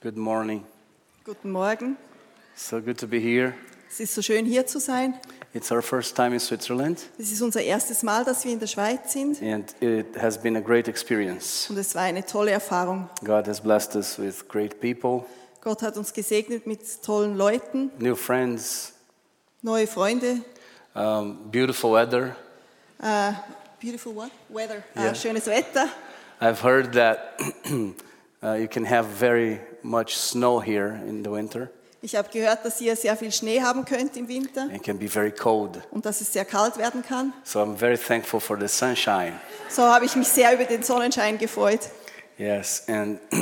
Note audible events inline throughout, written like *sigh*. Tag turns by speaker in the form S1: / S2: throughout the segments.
S1: Good morning.
S2: Guten Morgen.
S1: So good to be here.
S2: Es ist so schön hier zu sein.
S1: It's our first time in Switzerland,
S2: Es ist unser erstes Mal, dass wir in der Schweiz sind
S1: and it has been a great experience.
S2: und es war eine tolle Erfahrung.
S1: God has blessed us with great people,
S2: Gott hat uns gesegnet mit tollen Leuten,
S1: new friends,
S2: neue Freunde.
S1: um, beautiful weather.
S2: äh, beautiful what? Weather. äh,
S1: Yeah.
S2: schönes Wetter.
S1: I've heard that *clears throat* uh, you can have very much snow here in the winter.
S2: Ich habe gehört, dass ihr sehr viel Schnee haben könnt im Winter
S1: It can be very cold.
S2: und dass es sehr kalt werden kann.
S1: So I'm very thankful for the sunshine.
S2: So habe ich mich sehr über den Sonnenschein gefreut.
S1: Yes, and *clears throat*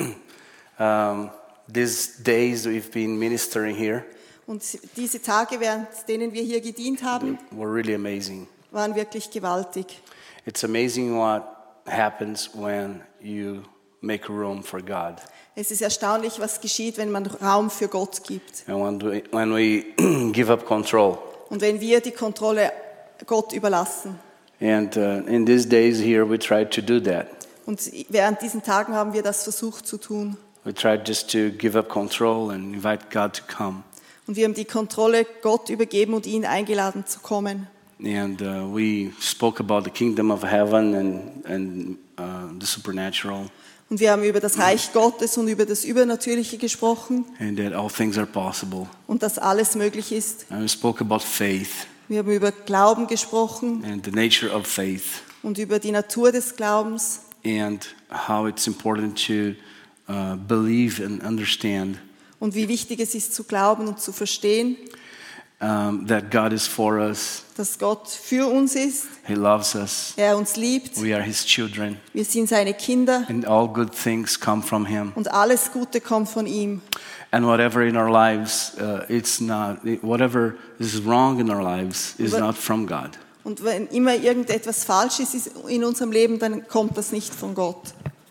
S1: um, these days we've been ministering here
S2: Und diese Tage, während denen wir hier gedient haben,
S1: were really amazing.
S2: waren wirklich gewaltig.
S1: It's amazing what happens when you make room for God.
S2: Es ist erstaunlich, was geschieht, wenn man Raum für Gott gibt.
S1: And when we, when we *clears throat* give up control.
S2: Und wenn wir die Kontrolle Gott überlassen.
S1: And uh, in these days here, we tried to do that.
S2: Und während diesen Tagen haben wir das versucht zu tun.
S1: We tried just to give up control and invite God to come.
S2: Und wir haben die Kontrolle Gott übergeben und ihn eingeladen zu kommen.
S1: And uh, we spoke about the kingdom of heaven and, and uh, the supernatural,
S2: Und wir haben über das Reich Gottes und über das Übernatürliche gesprochen
S1: and that all things are possible.
S2: und dass alles möglich ist.
S1: And we spoke about faith
S2: Wir haben über Glauben gesprochen
S1: and the nature of faith.
S2: und über die Natur des Glaubens
S1: and how it's important to uh, believe and understand
S2: und wie wichtig es ist zu glauben und zu verstehen,
S1: um, that God is for us,
S2: dass Gott für uns ist,
S1: He loves us,
S2: er uns liebt,
S1: we are His children,
S2: wir sind seine Kinder
S1: and all good things come from Him.
S2: und alles Gute kommt von ihm.
S1: And whatever in our lives, uh, it's not, whatever is wrong in our lives is
S2: But-
S1: not from God.
S2: Und wenn immer irgendetwas falsch ist ist in unserem Leben, dann kommt das nicht von Gott.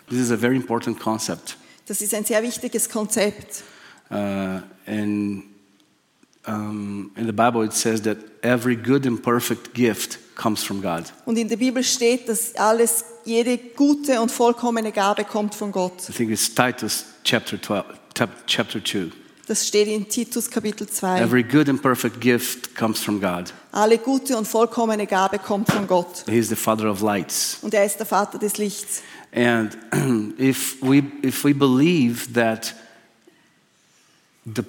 S1: This is a very important concept.
S2: Das ist ein sehr wichtiges Konzept.
S1: Uh, and um, in the Bible, it says that every good and perfect gift comes from God.
S2: Und in der Bibel steht, dass alles, jede gute und vollkommene Gabe kommt von Gott.
S1: I think it's Titus chapter 12, chap- chapter 2.
S2: Das steht in Titus Kapitel 2.
S1: Every good and perfect gift comes from God.
S2: Alle gute und vollkommene Gabe kommt von Gott.
S1: He is the Father of lights.
S2: Und er ist der Vater des Lichts.
S1: And *clears throat* if we, if we believe that the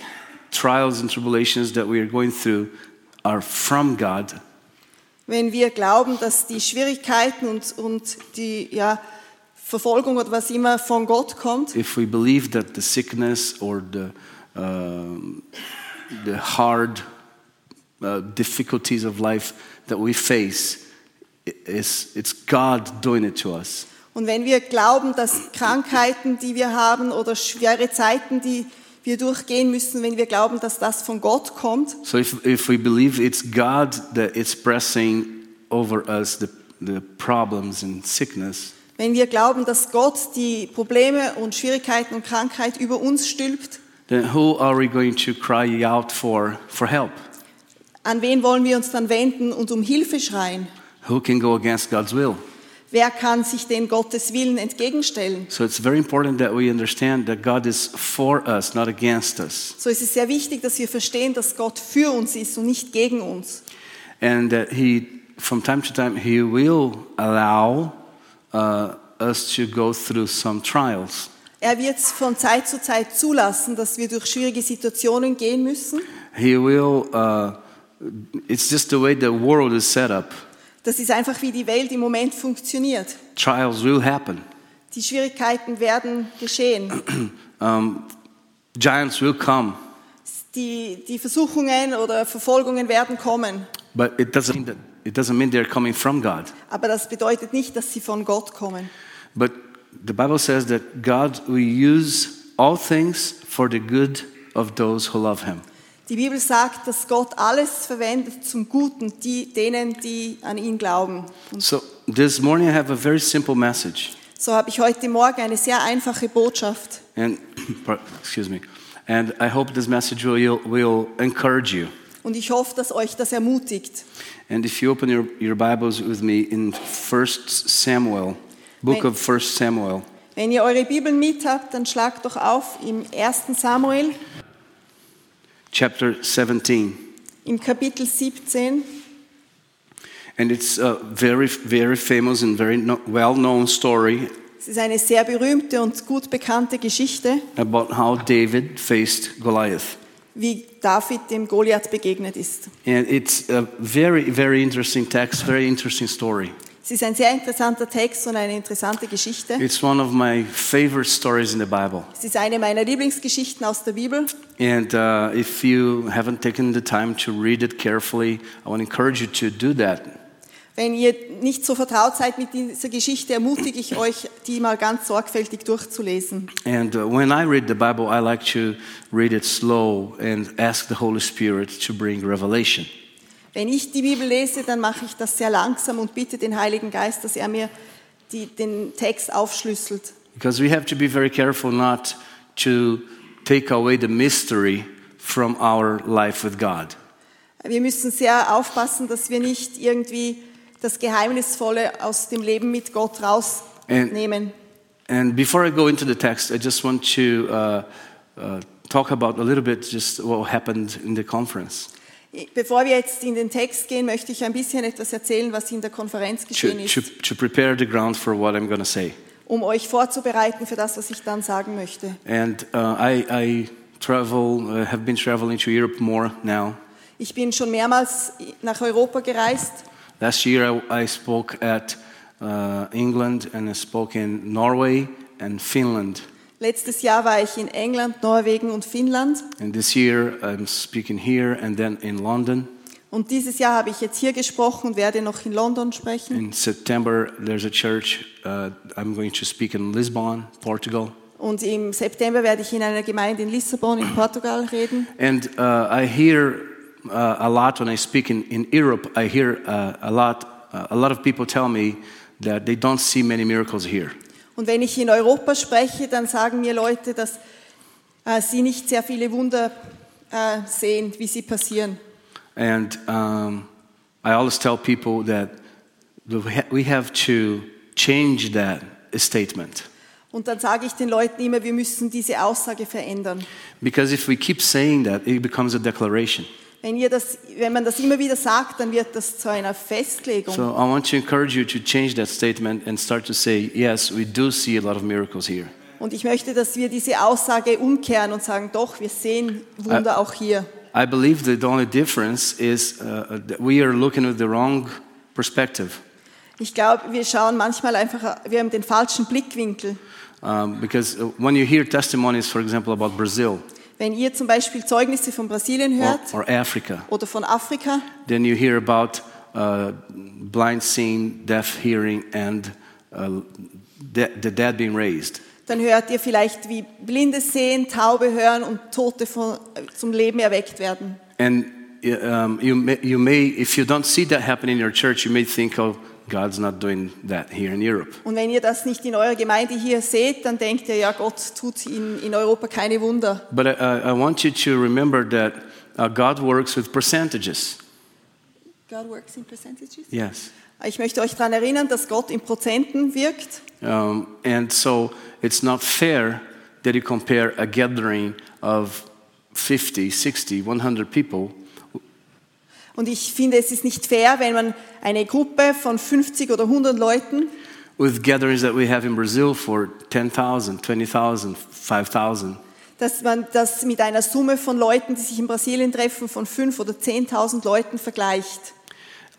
S1: trials and tribulations that we are going through are from God,
S2: Wenn wir glauben, dass die Schwierigkeiten und, und die ja, Verfolgung oder was immer von Gott kommt,
S1: if we believe that the sickness or the, um, the hard uh, difficulties of life that we face, i- is, it's God doing it to us.
S2: Und wenn wir glauben, dass Krankheiten, die wir haben oder schwere Zeiten, die wir durchgehen müssen, wenn wir glauben, dass das von Gott kommt,
S1: So if, if we believe it's God that is pressing over us the, the problems and sickness,
S2: wenn wir glauben, dass Gott die Probleme und Schwierigkeiten und Krankheit über uns stülpt,
S1: then who are we going to cry out for for help?
S2: an wen wollen wir uns dann wenden und um Hilfe schreien?
S1: Who can go against God's will?
S2: Wer kann sich dem Gottes Willen entgegenstellen?
S1: So it's very important that we understand that God is for us, not against us,
S2: So ist es sehr wichtig, dass wir verstehen, dass Gott für uns ist und nicht gegen uns.
S1: and that He, from time to time, He will allow uh, us to go through some trials.
S2: Er wird von Zeit zu Zeit zulassen, dass wir durch schwierige Situationen gehen müssen.
S1: He will. Uh, it's just the way the world is set up.
S2: Das ist einfach, wie die Welt im Moment funktioniert.
S1: Trials will happen.
S2: Die Schwierigkeiten werden geschehen.
S1: um, giants will come,
S2: Die, die Versuchungen oder Verfolgungen werden kommen.
S1: but it doesn't mean that it doesn't mean they're coming from God.
S2: Aber das bedeutet nicht, dass sie von Gott kommen.
S1: But the Bible says that God will use all things for the good of those who love Him.
S2: Die Bibel sagt, dass Gott alles verwendet zum Guten, die, denen, die an ihn glauben. Und
S1: So this morning I have a very simple message,
S2: so habe ich heute Morgen eine sehr einfache Botschaft.
S1: and *clears throat* par- excuse me, and I hope this message will will encourage you.
S2: Und ich hoffe, dass euch das ermutigt.
S1: And if you open your, your Bibles with me in First Samuel, book
S2: Wait.
S1: of First Samuel,
S2: Wenn ihr eure Bibeln mit habt, dann schlagt doch auf im 1. Samuel,
S1: chapter 17.
S2: im Kapitel 17.
S1: And it's a very, very famous and very no, well known story
S2: Es ist eine sehr berühmte und gut bekannte Geschichte,
S1: about how David faced Goliath.
S2: wie David dem Goliath begegnet ist.
S1: And it's a very, very interesting text, very interesting story.
S2: Es ist ein sehr interessanter Text und eine interessante Geschichte.
S1: It's one of my favorite stories in the Bible.
S2: Es ist eine meiner Lieblingsgeschichten aus der Bibel.
S1: And uh, if you haven't taken the time to read it carefully, I want to encourage you to do that.
S2: Wenn ihr nicht so vertraut seid mit dieser Geschichte, ermutige ich euch, die mal ganz sorgfältig durchzulesen.
S1: And uh, when I read the Bible, I like to read it slow and ask the Holy Spirit to bring revelation.
S2: Wenn ich die Bibel lese, dann mache ich das sehr langsam und bitte den Heiligen Geist, dass er mir die, den Text aufschlüsselt.
S1: Because we have to be very careful not to take away the mystery from our life with God.
S2: Wir müssen sehr aufpassen, dass wir nicht irgendwie das Geheimnisvolle aus dem Leben mit Gott rausnehmen.
S1: And before I go into the text, I just want to uh, uh, talk about a little bit just what happened in the conference.
S2: Bevor wir jetzt in den Text gehen, möchte ich ein bisschen etwas erzählen, was in der Konferenz geschehen
S1: to, to,
S2: ist,
S1: to prepare the ground for what I'm going to say.
S2: um euch vorzubereiten für das, was ich dann sagen möchte.
S1: And uh, I, I travel, uh, have been traveling to Europe more now.
S2: Ich bin schon mehrmals nach Europa gereist.
S1: Last year I, I spoke at uh, England and I spoke in Norway and Finland.
S2: Letztes Jahr war ich in England, Norwegen und Finnland.
S1: And this year I'm speaking here and then in London.
S2: Und dieses Jahr habe ich jetzt hier gesprochen und werde noch in London sprechen.
S1: In September there's a church uh, I'm going to speak in Lisbon, Portugal.
S2: Und im September werde ich in einer Gemeinde in Lissabon in Portugal reden.
S1: And uh, I hear uh, a lot when I speak in, in Europe. I hear uh, a lot, uh, a lot of people tell me that they don't see many miracles here.
S2: Und wenn ich in Europa spreche, dann sagen mir Leute, dass äh, sie nicht sehr viele Wunder äh, sehen, wie sie passieren.
S1: And um, I always tell people that we ha- we have to change that statement
S2: Und dann sage ich den Leuten immer, wir müssen diese Aussage verändern.
S1: because if we keep saying that, it becomes a declaration.
S2: Wenn, ihr das, wenn man das immer wieder sagt, dann wird das zu einer Festlegung.
S1: So I want to encourage you to change that statement and start to say, yes, we do see a lot of miracles here.
S2: Und ich möchte, dass wir diese Aussage umkehren und sagen, doch, wir sehen Wunder auch hier.
S1: I believe that the only difference is uh, that we are looking at the wrong perspective.
S2: Ich glaube, wir schauen manchmal einfach, wir haben den falschen Blickwinkel.
S1: Um, because uh, when you hear testimonies, for example, about Brazil
S2: Wenn ihr zum Beispiel Zeugnisse von Brasilien
S1: or,
S2: hört
S1: or Africa,
S2: oder von Afrika,
S1: then you hear about uh, blind seeing, deaf hearing, and uh, de- the dead being raised.
S2: dann hört ihr vielleicht, wie Blinde sehen, Taube hören und Tote von, zum Leben erweckt werden.
S1: And uh, um, you, may, you may, if you don't see that happen in your church, you may think, oh, God's not doing that here in Europe.
S2: Und wenn ihr das nicht in eurer Gemeinde hier seht, dann denkt ihr, ja, Gott tut in, in Europa keine Wunder.
S1: But I, I I want you to remember that uh, God works with percentages.
S2: God works in percentages.
S1: Yes.
S2: Ich möchte euch daran erinnern, dass Gott in Prozenten wirkt.
S1: Um, and so it's not fair that you compare a gathering of 50, 60, 100 people
S2: Und ich finde, es ist nicht fair, wenn man eine Gruppe von 50 oder 100 Leuten
S1: with gatherings that we have in Brazil for 10,000, 20,000, 5,000.
S2: dass man das mit einer Summe von Leuten, die sich in Brasilien treffen, von 5.000 oder 10.000 Leuten vergleicht.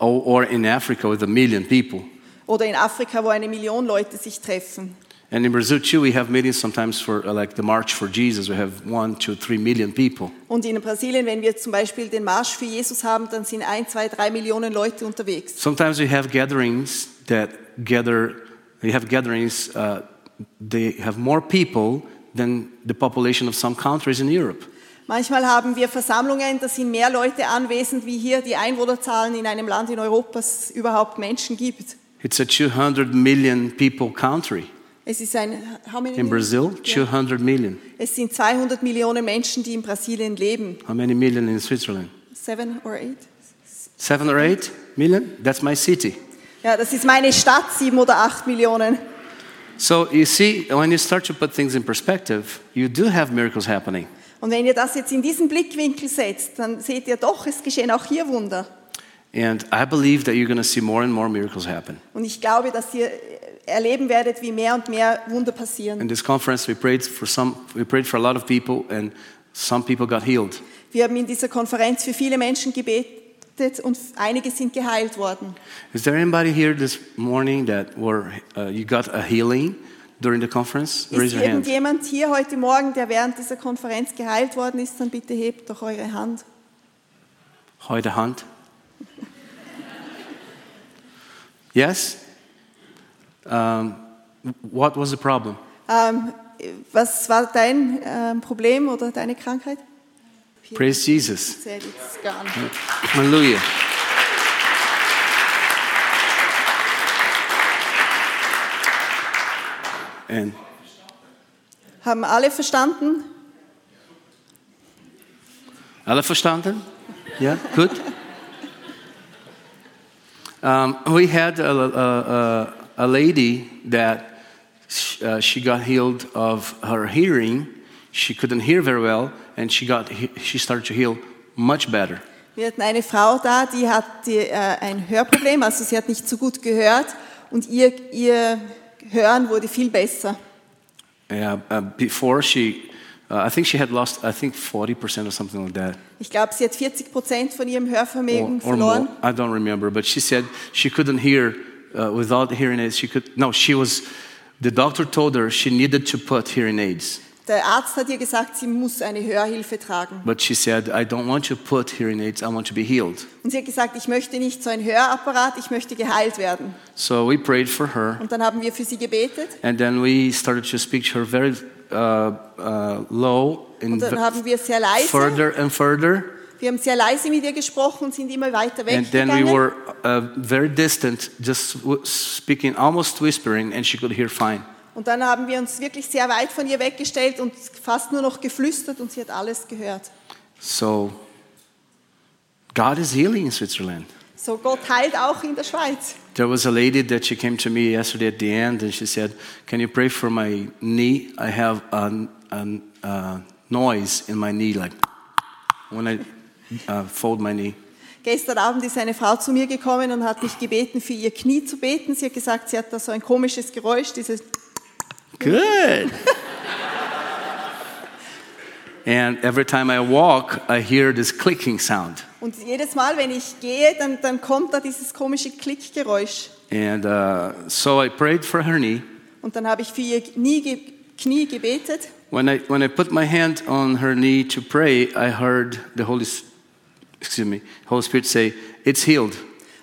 S1: Or, or in Africa with a million people.
S2: Oder in Afrika, wo eine Million Leute sich treffen.
S1: And in Brazil too, we have meetings sometimes for uh, like the March for Jesus. We have one, two, three million people.
S2: Und in Brasilien, wenn wir zum Beispiel den Marsch für Jesus haben, dann sind ein, zwei, drei Millionen Leute unterwegs.
S1: Sometimes we have gatherings that gather, we have gatherings, uh, they have more people than the population of some countries in Europe.
S2: Manchmal haben wir Versammlungen, da sind mehr Leute anwesend, wie hier die Einwohnerzahlen in einem Land in Europa es überhaupt Menschen gibt.
S1: It's a 200 million people country.
S2: Es ist ein, how many
S1: In Brazil,
S2: Ja.
S1: 200 million.
S2: Es sind 200 Millionen Menschen, die in Brasilien leben.
S1: How many million in Switzerland?
S2: Seven or eight?
S1: Seven or eight million? That's my city.
S2: Ja, das ist meine Stadt, sieben oder acht Millionen.
S1: So you see, when you start to put things in perspective, you do have miracles happening.
S2: Und wenn ihr das jetzt in diesen Blickwinkel setzt, dann seht ihr doch, es geschehen auch hier Wunder.
S1: And I believe that you're going to see more and more miracles happen.
S2: Und ich glaube, dass ihr erleben werdet, wie mehr und mehr Wunder passieren.
S1: In this conference, we prayed for some, we prayed for a lot of people, and some people got healed.
S2: Wir haben in dieser Konferenz für viele Menschen gebetet und einige sind geheilt worden.
S1: Is there anybody here this morning that were uh, you got a healing during the conference? Raise
S2: Ist
S1: your hand.
S2: irgendjemand hier heute Morgen, der während dieser Konferenz geheilt worden ist, dann bitte hebt doch eure Hand.
S1: Heute Hand. Yes. Um, what was the problem?
S2: Ähm, was war dein ähm, Problem oder deine Krankheit?
S1: Praise Jesus.
S2: Sehr gut, ist gar nicht.
S1: Hallelujah. And
S2: Haben alle verstanden?
S1: alle verstanden? Yeah, good. Um, we had a, a, a, a lady that sh- uh, she got healed of her hearing. She couldn't hear very well, and she got he- she started to heal much better.
S2: Wir hatten eine Frau da, die hatte äh, ein Hörproblem, also sie hat nicht so gut gehört und ihr, ihr Hören wurde viel besser.
S1: Yeah, uh, before she, uh, I think she had lost I think forty percent or something like that.
S2: Ich glaube, sie hat 40 Prozent von ihrem Hörvermögen
S1: or, or
S2: verloren.
S1: more. I don't remember, but she said she couldn't hear uh, without hearing aids. She could no. She was. The doctor told her she needed to put hearing aids,
S2: Der Arzt hat ihr gesagt, sie muss eine Hörhilfe tragen.
S1: but she said, "I don't want to put hearing aids. I want to be healed."
S2: Und sie hat gesagt, ich möchte nicht so ein Hörapparat, ich möchte geheilt werden.
S1: So we prayed for her,
S2: Und dann haben wir für sie gebetet
S1: and then we started to speak to her very uh, uh, low
S2: und
S1: and
S2: dann
S1: ve-
S2: haben wir sehr leise,
S1: further and further,
S2: wir haben sehr leise mit ihr gesprochen und sind immer weiter
S1: and then we
S2: weggegangen.
S1: were uh, very distant, just w- speaking, almost whispering, and she could hear fine.
S2: und dann haben wir uns wirklich sehr weit von ihr weggestellt und fast nur noch geflüstert und sie hat alles gehört.
S1: So God is healing in Switzerland.
S2: So Gott heilt auch in der Schweiz.
S1: There was a lady that she came to me yesterday at the end, and she said, "Can you pray for my knee? I have a, a, a noise in my knee, like when I uh, fold my knee."
S2: Gestern Abend ist eine Frau zu mir gekommen und hat mich gebeten, für ihr Knie zu beten. Sie hat gesagt, sie hat da so ein komisches Geräusch, dieses
S1: Good. *laughs* and every time I walk, I hear this clicking sound,
S2: Und jedes Mal, wenn ich gehe, dann, dann kommt da dieses komische Klickgeräusch.
S1: and uh, so I prayed for her knee.
S2: Und dann habe ich für ihr Knie, ge- Knie gebetet.
S1: When I, when I put my hand on her knee to pray, I heard the Holy, S- excuse me, Holy Spirit say, "It's healed."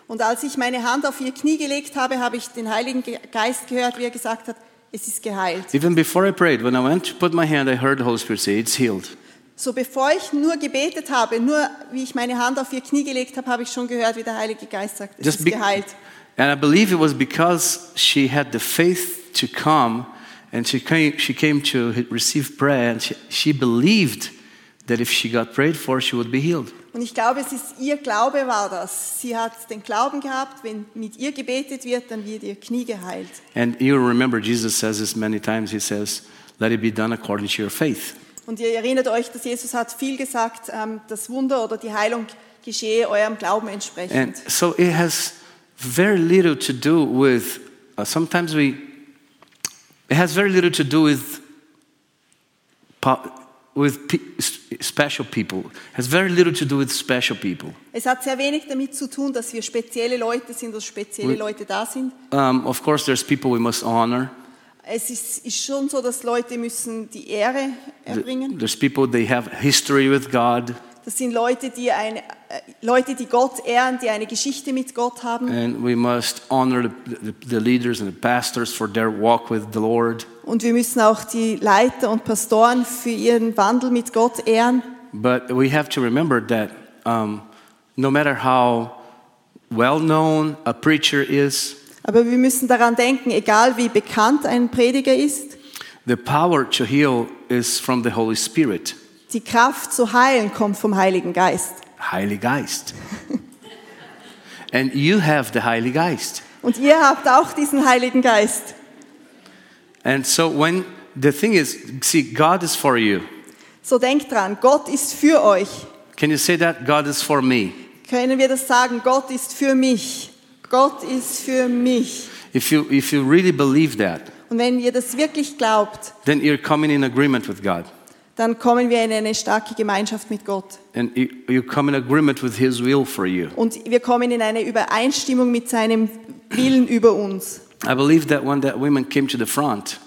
S2: Und als ich meine Hand auf ihr Knie gelegt habe, habe ich den Heiligen Ge- Geist gehört, wie er gesagt hat, es ist geheilt.
S1: Even before I prayed, when I went to put my hand, I heard the Holy Spirit say, "It's healed."
S2: So bevor ich nur gebetet habe, nur wie ich meine Hand auf ihr Knie gelegt habe, habe ich schon gehört, wie der Heilige Geist sagt, es
S1: Just
S2: ist
S1: be-
S2: geheilt.
S1: And I believe it was because she had the faith to come, and she came. She came to h- receive prayer, and she, she believed that if she got prayed for, she would be healed.
S2: Und ich glaube, es ist ihr Glaube war das. Sie hat den Glauben gehabt, wenn mit ihr gebetet wird, dann wird ihr Knie geheilt.
S1: And you remember, Jesus says this many times. He says, "Let it be done according to your faith."
S2: Und ihr erinnert euch, dass Jesus hat viel gesagt, ähm, das Wunder oder die Heilung geschehe eurem Glauben
S1: And
S2: entsprechend.
S1: so it has very little to do with. Uh, sometimes we. It has very little to do with. po- With pe- s- special people, It has very little to do with special people.
S2: es hat sehr wenig damit zu tun, dass wir spezielle Leute sind, dass spezielle Leute da sind.
S1: Um, of course, there's people we must honor.
S2: Es ist, ist schon so, dass Leute müssen die Ehre erbringen.
S1: There's people they have history with God,
S2: Das sind Leute, die eine, äh, Leute, die Gott ehren, die eine Geschichte mit Gott haben.
S1: and we must honor the, the, the leaders and the pastors for their walk with the Lord.
S2: Und wir müssen auch die Leiter und Pastoren für ihren Wandel mit Gott ehren.
S1: But we have to remember that um, no matter how well known a preacher is,
S2: Aber wir müssen daran denken, egal wie bekannt ein Prediger ist,
S1: the power to heal is from the Holy Spirit,
S2: Die Kraft zu heilen kommt vom Heiligen Geist.
S1: Heilig Geist. and you have the Heilig Geist.
S2: Und ihr habt auch diesen Heiligen Geist.
S1: And so when the thing is, see, God is for you.
S2: So denkt dran, Gott ist für euch.
S1: Can you say that? God is for me.
S2: Können wir das sagen? Gott ist für mich. Gott ist für mich.
S1: If you if you really believe that,
S2: Und wenn ihr das wirklich glaubt,
S1: then you're coming in agreement with God.
S2: dann kommen wir in eine starke Gemeinschaft mit Gott.
S1: And you, you come in agreement with His will for you.
S2: Und wir kommen in eine Übereinstimmung mit seinem Willen über uns.
S1: I believe that when that woman came to the front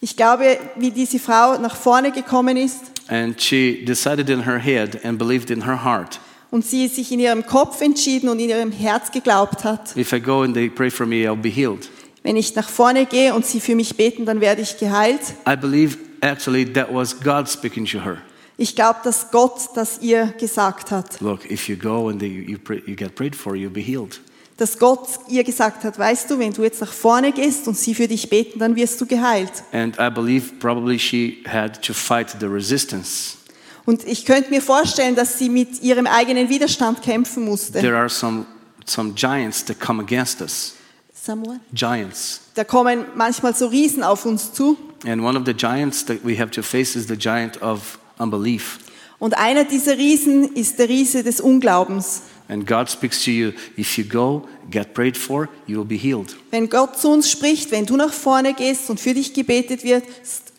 S2: Ich glaube, wie diese Frau nach vorne gekommen ist
S1: and she decided in her head and believed in her heart,
S2: und sie sich in ihrem Kopf entschieden und in ihrem Herz geglaubt hat,
S1: if I go and they pray for me, I'll be healed.
S2: wenn ich nach vorne gehe und sie für mich beten, dann werde ich geheilt.
S1: I believe actually that was God speaking to her.
S2: Ich glaube, dass Gott das ihr gesagt hat.
S1: Look, if you go and they, you, pray, you get prayed for, you'll be healed.
S2: Dass Gott ihr gesagt hat, weißt du, wenn du jetzt nach vorne gehst und sie für dich beten, dann wirst du geheilt.
S1: And I believe probably she had to fight the resistance.
S2: Und ich könnte mir vorstellen, dass sie mit ihrem eigenen Widerstand kämpfen musste.
S1: There are some, some giants that come against us.
S2: Samuel?
S1: Giants.
S2: Da kommen manchmal so Riesen auf uns zu.
S1: And one of the giants that we have to face is the giant of unbelief.
S2: Und einer dieser Riesen ist der Riese des Unglaubens.
S1: And God speaks to you if you go, get prayed for, you will be healed.
S2: Wenn Gott zu uns spricht, wenn du nach vorne gehst und für dich gebetet wird,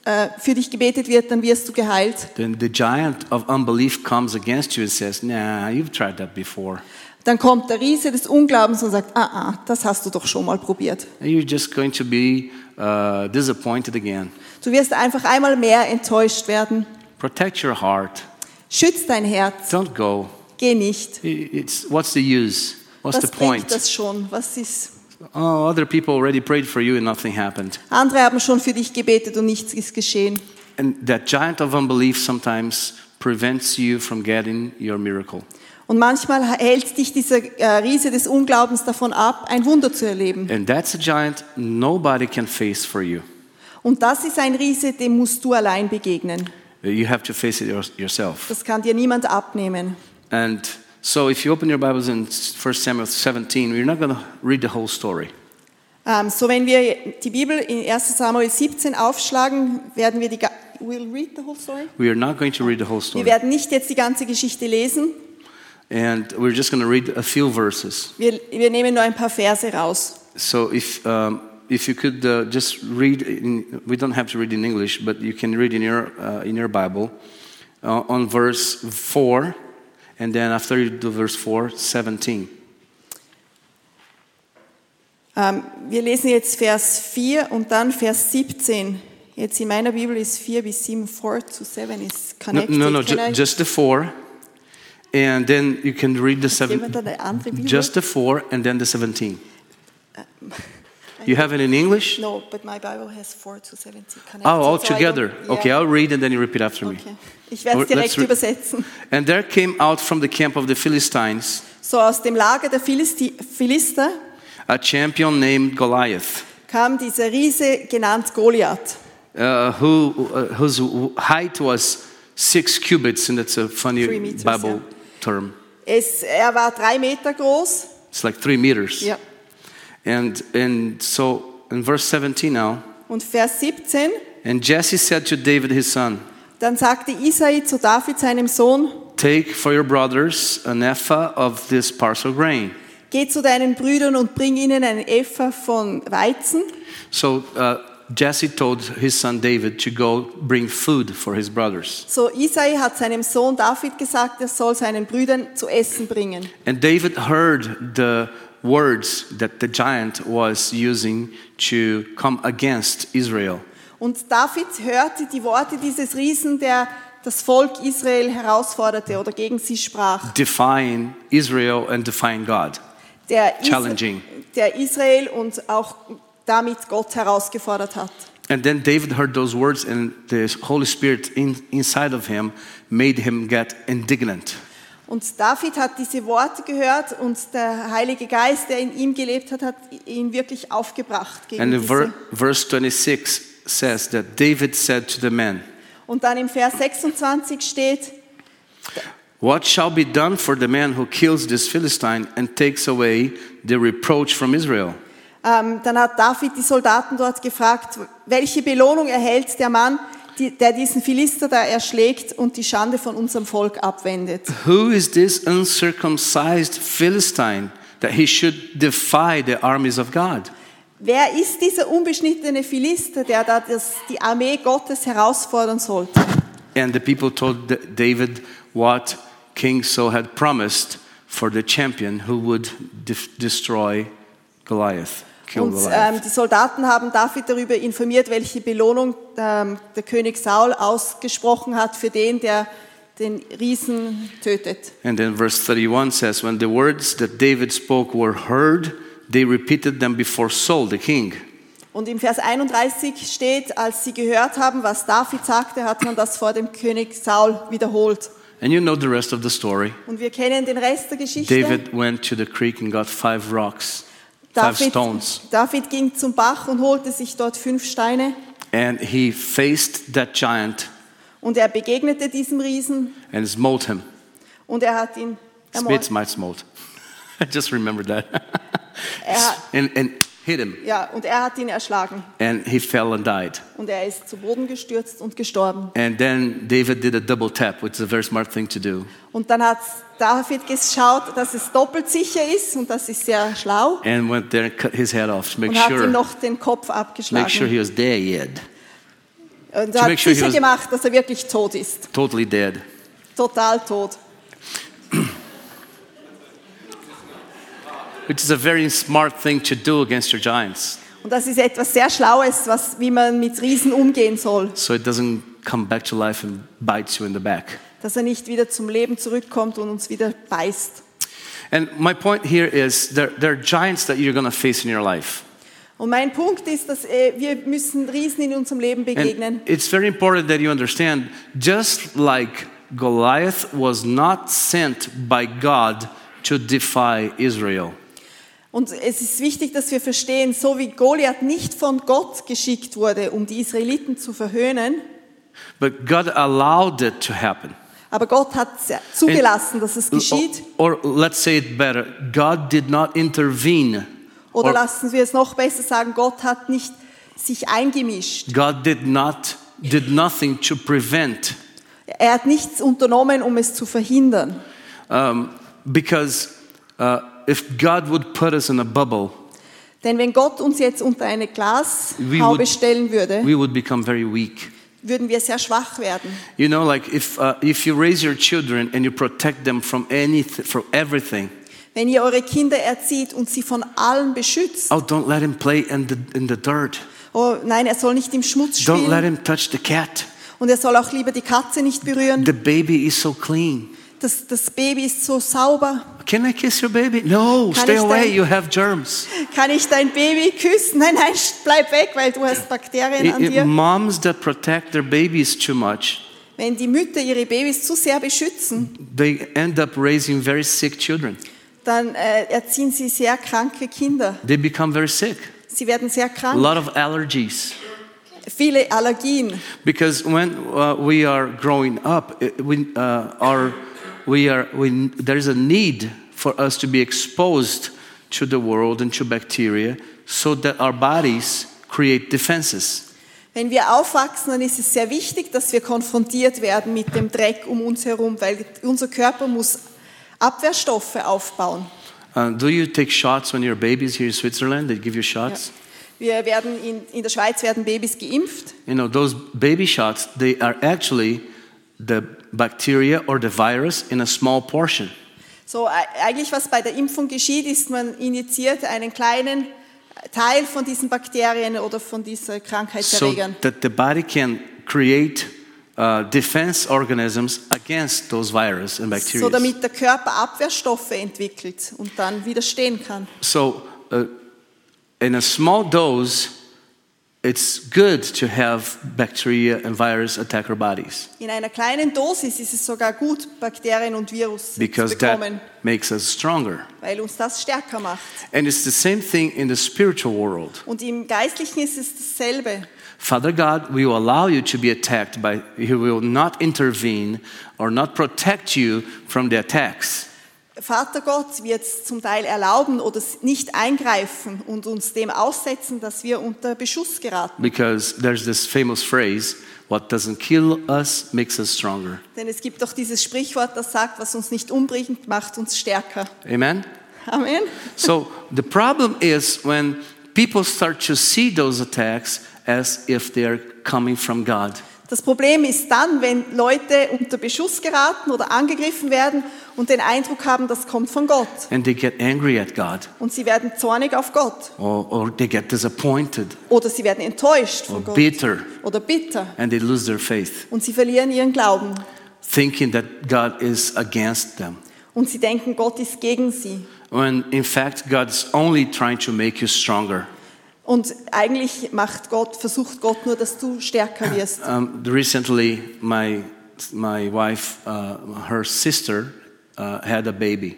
S2: äh, für dich gebetet wird, dann wirst du geheilt.
S1: Then the giant of unbelief comes against you and says, Nah, you've tried that before.
S2: Dann kommt der Riese des Unglaubens und sagt, ah, ah, das hast du doch schon mal probiert.
S1: And you're just going to be uh, disappointed again.
S2: Du wirst einfach einmal mehr enttäuscht werden.
S1: Protect your heart.
S2: Schütz dein Herz,
S1: Don't go.
S2: geh nicht.
S1: It's, what's the use? What's
S2: Was
S1: the
S2: bringt
S1: point?
S2: das schon? Was ist?
S1: Oh, other people already prayed for you and nothing happened.
S2: Andere haben schon für dich gebetet und nichts ist geschehen.
S1: And that giant of unbelief sometimes prevents you from getting your miracle.
S2: Und manchmal hält dich dieser äh, Riese des Unglaubens davon ab, ein Wunder zu erleben.
S1: And that's a giant nobody can face for you.
S2: Und das ist ein Riese, dem musst du allein begegnen.
S1: You have to face it your- yourself.
S2: Das kann dir niemand abnehmen.
S1: And so if you open your Bibles in 1 Samuel 17, we're not going to read the whole story.
S2: Ähm, so, wenn wir die Bibel in 1. Samuel 17 aufschlagen, werden wir die. ga- We'll read the whole story.
S1: We are not going to read the whole
S2: Wir
S1: story.
S2: werden nicht jetzt die ganze Geschichte lesen.
S1: And we're just going to read a few verses.
S2: Wir, wir nehmen nur ein paar Verse raus.
S1: So if um, if you could uh, just read, in, we don't have to read in English, but you can read in your uh, in your Bible uh, on verse four, and then after you do verse four, 17.
S2: Ähm, wir lesen jetzt Vers 4 und dann Vers 17. Jetzt in meiner Bibel ist 4 bis 7, 4 zu 7 ist
S1: No,
S2: connected.
S1: no, no
S2: Can
S1: ju-
S2: I-
S1: just the four, and then you can read the seven.
S2: jemand da eine andere Bibel? Uh,
S1: Just the four, and then the 17. *laughs* You have it in English?
S2: No, but my Bible has 4 to 17 connected.
S1: Oh, all
S2: so I don't-
S1: together.
S2: Yeah.
S1: Okay, I'll read and then you repeat after me.
S2: Okay. Ich werde es
S1: Let's
S2: direkt
S1: re-
S2: übersetzen.
S1: And there came out from the camp of the Philistines
S2: So aus dem Lager der Philisti Philister
S1: a champion named Goliath.
S2: kam dieser Riese genannt Goliath,
S1: uh, who, uh, whose height was six cubits, and that's a funny
S2: Three meters,
S1: Bible
S2: yeah.
S1: term.
S2: Es, er war drei Meter groß.
S1: It's like three meters.
S2: Ja.
S1: And, and so in verse 17 now,
S2: Und Vers 17,
S1: and Jesse said to David his son,
S2: dann sagte Isai zu David seinem Sohn,
S1: Take for your brothers an ephah of this parcel grain.
S2: geh zu deinen Brüdern und bring ihnen einen Effer von Weizen.
S1: So uh, Jesse told his son David to go bring food for his brothers.
S2: So Isai hat seinem Sohn David gesagt, er soll seinen Brüdern zu essen bringen.
S1: And David heard the words that the giant was using to come against Israel.
S2: Und David hörte die Worte dieses Riesen, der das Volk Israel herausforderte oder gegen sie sprach.
S1: defying Israel and defying God.
S2: Der, Is-
S1: Challenging.
S2: der Israel und auch damit Gott herausgefordert hat.
S1: And then David heard those words, and the Holy Spirit in, inside of him made him get indignant.
S2: Und David hat diese Worte gehört und der Heilige Geist, der in ihm gelebt hat, hat ihn wirklich aufgebracht gegen
S1: And in
S2: diese.
S1: ver, verse 26 says that David said to the men,
S2: Und dann im Vers 26 steht,
S1: What shall be done for the man who kills this Philistine and takes away the reproach from Israel?
S2: Ähm, dann hat David die Soldaten dort gefragt, welche Belohnung erhält der Mann, die, der diesen Philister da erschlägt und die Schande von unserem Volk abwendet.
S1: Who is this uncircumcised Philistine that he should defy the armies of God?
S2: Wer ist dieser unbeschnittene Philister, der da das, die Armee Gottes herausfordern sollte?
S1: And the people told D- David what King Saul had promised for the champion who would def- destroy Goliath, kill
S2: Und
S1: Goliath.
S2: ähm, die Soldaten haben David darüber informiert, welche Belohnung ähm, der König Saul ausgesprochen hat für den, der den Riesen tötet.
S1: And then verse 31 says, When the words that David spoke were heard, they repeated them before Saul, the king.
S2: Und im Vers 31 steht, als sie gehört haben, was David sagte, hat man das vor dem König Saul wiederholt.
S1: And you know the rest of the story.
S2: Und wir kennen den Rest der Geschichte.
S1: David went to the creek and got five rocks, five
S2: David,
S1: stones.
S2: David ging zum Bach und holte sich dort fünf Steine
S1: And he faced that giant
S2: und er begegnete diesem Riesen
S1: and smote him.
S2: und er hat ihn
S1: Spit,
S2: ermordet.
S1: smite, smote. *laughs* I just remembered that.
S2: Er-
S1: *laughs* and, and hit him.
S2: Ja, und er hat ihn erschlagen
S1: And he fell and died.
S2: und er ist zu Boden gestürzt und gestorben.
S1: And then David did a double tap, which is a very smart thing to do.
S2: Und dann hat David geschaut, dass es doppelt sicher ist und das ist sehr schlau
S1: And went there and cut his head off to make
S2: und hat ihm
S1: sure,
S2: noch den Kopf abgeschlagen
S1: make sure he was dead.
S2: und
S1: to
S2: hat
S1: make sure he
S2: sicher
S1: was-
S2: gemacht, dass er wirklich tot ist,
S1: Totally dead.
S2: total tot.
S1: Which is a very smart thing to do against your giants.
S2: Und das ist etwas sehr Schlaues, was, wie man mit Riesen umgehen soll,
S1: So it doesn't come back to life and bites you in the back.
S2: dass er nicht wieder zum Leben zurückkommt und uns wieder beißt.
S1: And my point here is there, there are giants that you're going to face in your life.
S2: Und mein Punkt ist, dass äh, wir müssen Riesen in unserem Leben begegnen.
S1: And it's very important that you understand just like Goliath was not sent by God to defy Israel,
S2: Und es ist wichtig, dass wir verstehen, so wie Goliath nicht von Gott geschickt wurde, um die Israeliten zu verhöhnen,
S1: but God allowed it to happen.
S2: aber Gott hat es zugelassen, dass
S1: Äh,
S2: es geschieht.
S1: Or, or let's say it better God did not intervene,
S2: Oder
S1: or
S2: lassen wir es noch besser sagen, Gott hat nicht sich eingemischt.
S1: God did, not, did nothing to prevent.
S2: Er hat nichts unternommen, um es zu verhindern.
S1: Um, because uh, if God would put us in a bubble,
S2: Denn wenn Gott uns jetzt unter eine
S1: We
S2: Glashaube
S1: would-
S2: stellen würde,
S1: we would become very weak.
S2: würden wir sehr schwach werden.
S1: You know, like if, uh, if you raise your children and you protect them from anything, from everything,
S2: Wenn ihr eure Kinder erzieht und sie von allem beschützt,
S1: oh, don't let him play in the, in the dirt.
S2: oh nein, er soll nicht im Schmutz
S1: Don't let
S2: spielen
S1: him touch the cat.
S2: und er soll auch lieber die Katze nicht berühren.
S1: The baby is so clean.
S2: Das, das Baby ist so sauber.
S1: Can I kiss your baby? No,
S2: Kann
S1: stay
S2: ich
S1: away.
S2: dein-
S1: You have germs.
S2: Kann ich dein Baby küssen? *laughs* Nein, nein, bleib weg, weil du hast Bakterien an
S1: It- it-
S2: dir.
S1: moms that protect their babies too much,
S2: Wenn die Mütter ihre Babys zu sehr beschützen,
S1: they end up raising very sick children.
S2: dann äh, erziehen sie sehr kranke Kinder.
S1: They become very sick.
S2: Sie werden sehr
S1: A
S2: krank.
S1: lot of allergies.
S2: Viele Allergien.
S1: Because when uh, we are growing up, it- we, uh, are, we are, we, there's a need for us to be exposed to the world and to bacteria so that our bodies create defenses.
S2: Wenn wir aufwachsen, dann ist es sehr wichtig, dass wir konfrontiert werden mit dem Dreck um uns herum, weil unser Körper muss Abwehrstoffe aufbauen.
S1: Uh, do you take shots when you're babies here in Switzerland? They give you shots.
S2: Wir werden in, in der Schweiz werden Babys geimpft
S1: You know, those baby shots, they are actually the bacteria or the virus in a small portion.
S2: So, e- eigentlich, was bei der Impfung geschieht, ist, man injiziert einen kleinen äh, Teil von diesen Bakterien oder von dieser
S1: so
S2: Krankheitserregern,
S1: that the body can create uh, defense organisms against those viruses and
S2: so,
S1: bacteria.
S2: damit der Körper Abwehrstoffe entwickelt und dann widerstehen kann.
S1: So, uh, in a small dose, it's good to have bacteria and virus attack our bodies
S2: In einer kleinen Dosis ist es sogar gut, Bakterien und Virus
S1: because
S2: zu bekommen,
S1: that makes us stronger.
S2: weil uns das stärker macht.
S1: And it's the same thing in the spiritual world.
S2: Und im Geistlichen ist es dasselbe.
S1: Father God will allow you to be attacked by, He will not intervene or not protect you from the attacks.
S2: Vater Gott wird es zum Teil erlauben oder s- nicht eingreifen und uns dem aussetzen, dass wir unter Beschuss geraten.
S1: Because there's this famous phrase what doesn't kill us makes us stronger.
S2: Denn es gibt doch dieses Sprichwort, das sagt, was uns nicht umbringt, macht uns stärker.
S1: Amen?
S2: Amen.
S1: So the problem is when people start to see those attacks as if they are coming from God.
S2: Das Problem ist dann, wenn Leute unter Beschuss geraten oder angegriffen werden und den Eindruck haben, das kommt von Gott.
S1: And they get angry at God,
S2: Und sie werden zornig auf Gott
S1: or, or they get disappointed,
S2: oder sie werden enttäuscht
S1: or
S2: von Gott
S1: bitter,
S2: oder bitter
S1: and they lose their faith,
S2: und sie verlieren ihren Glauben
S1: thinking that God is against them.
S2: und sie denken, Gott ist gegen sie.
S1: When in fact, God's only trying to make you stronger.
S2: Und eigentlich macht Gott, versucht Gott nur, dass du stärker wirst.
S1: Um, recently, my, my wife, uh, her sister, uh, had a baby.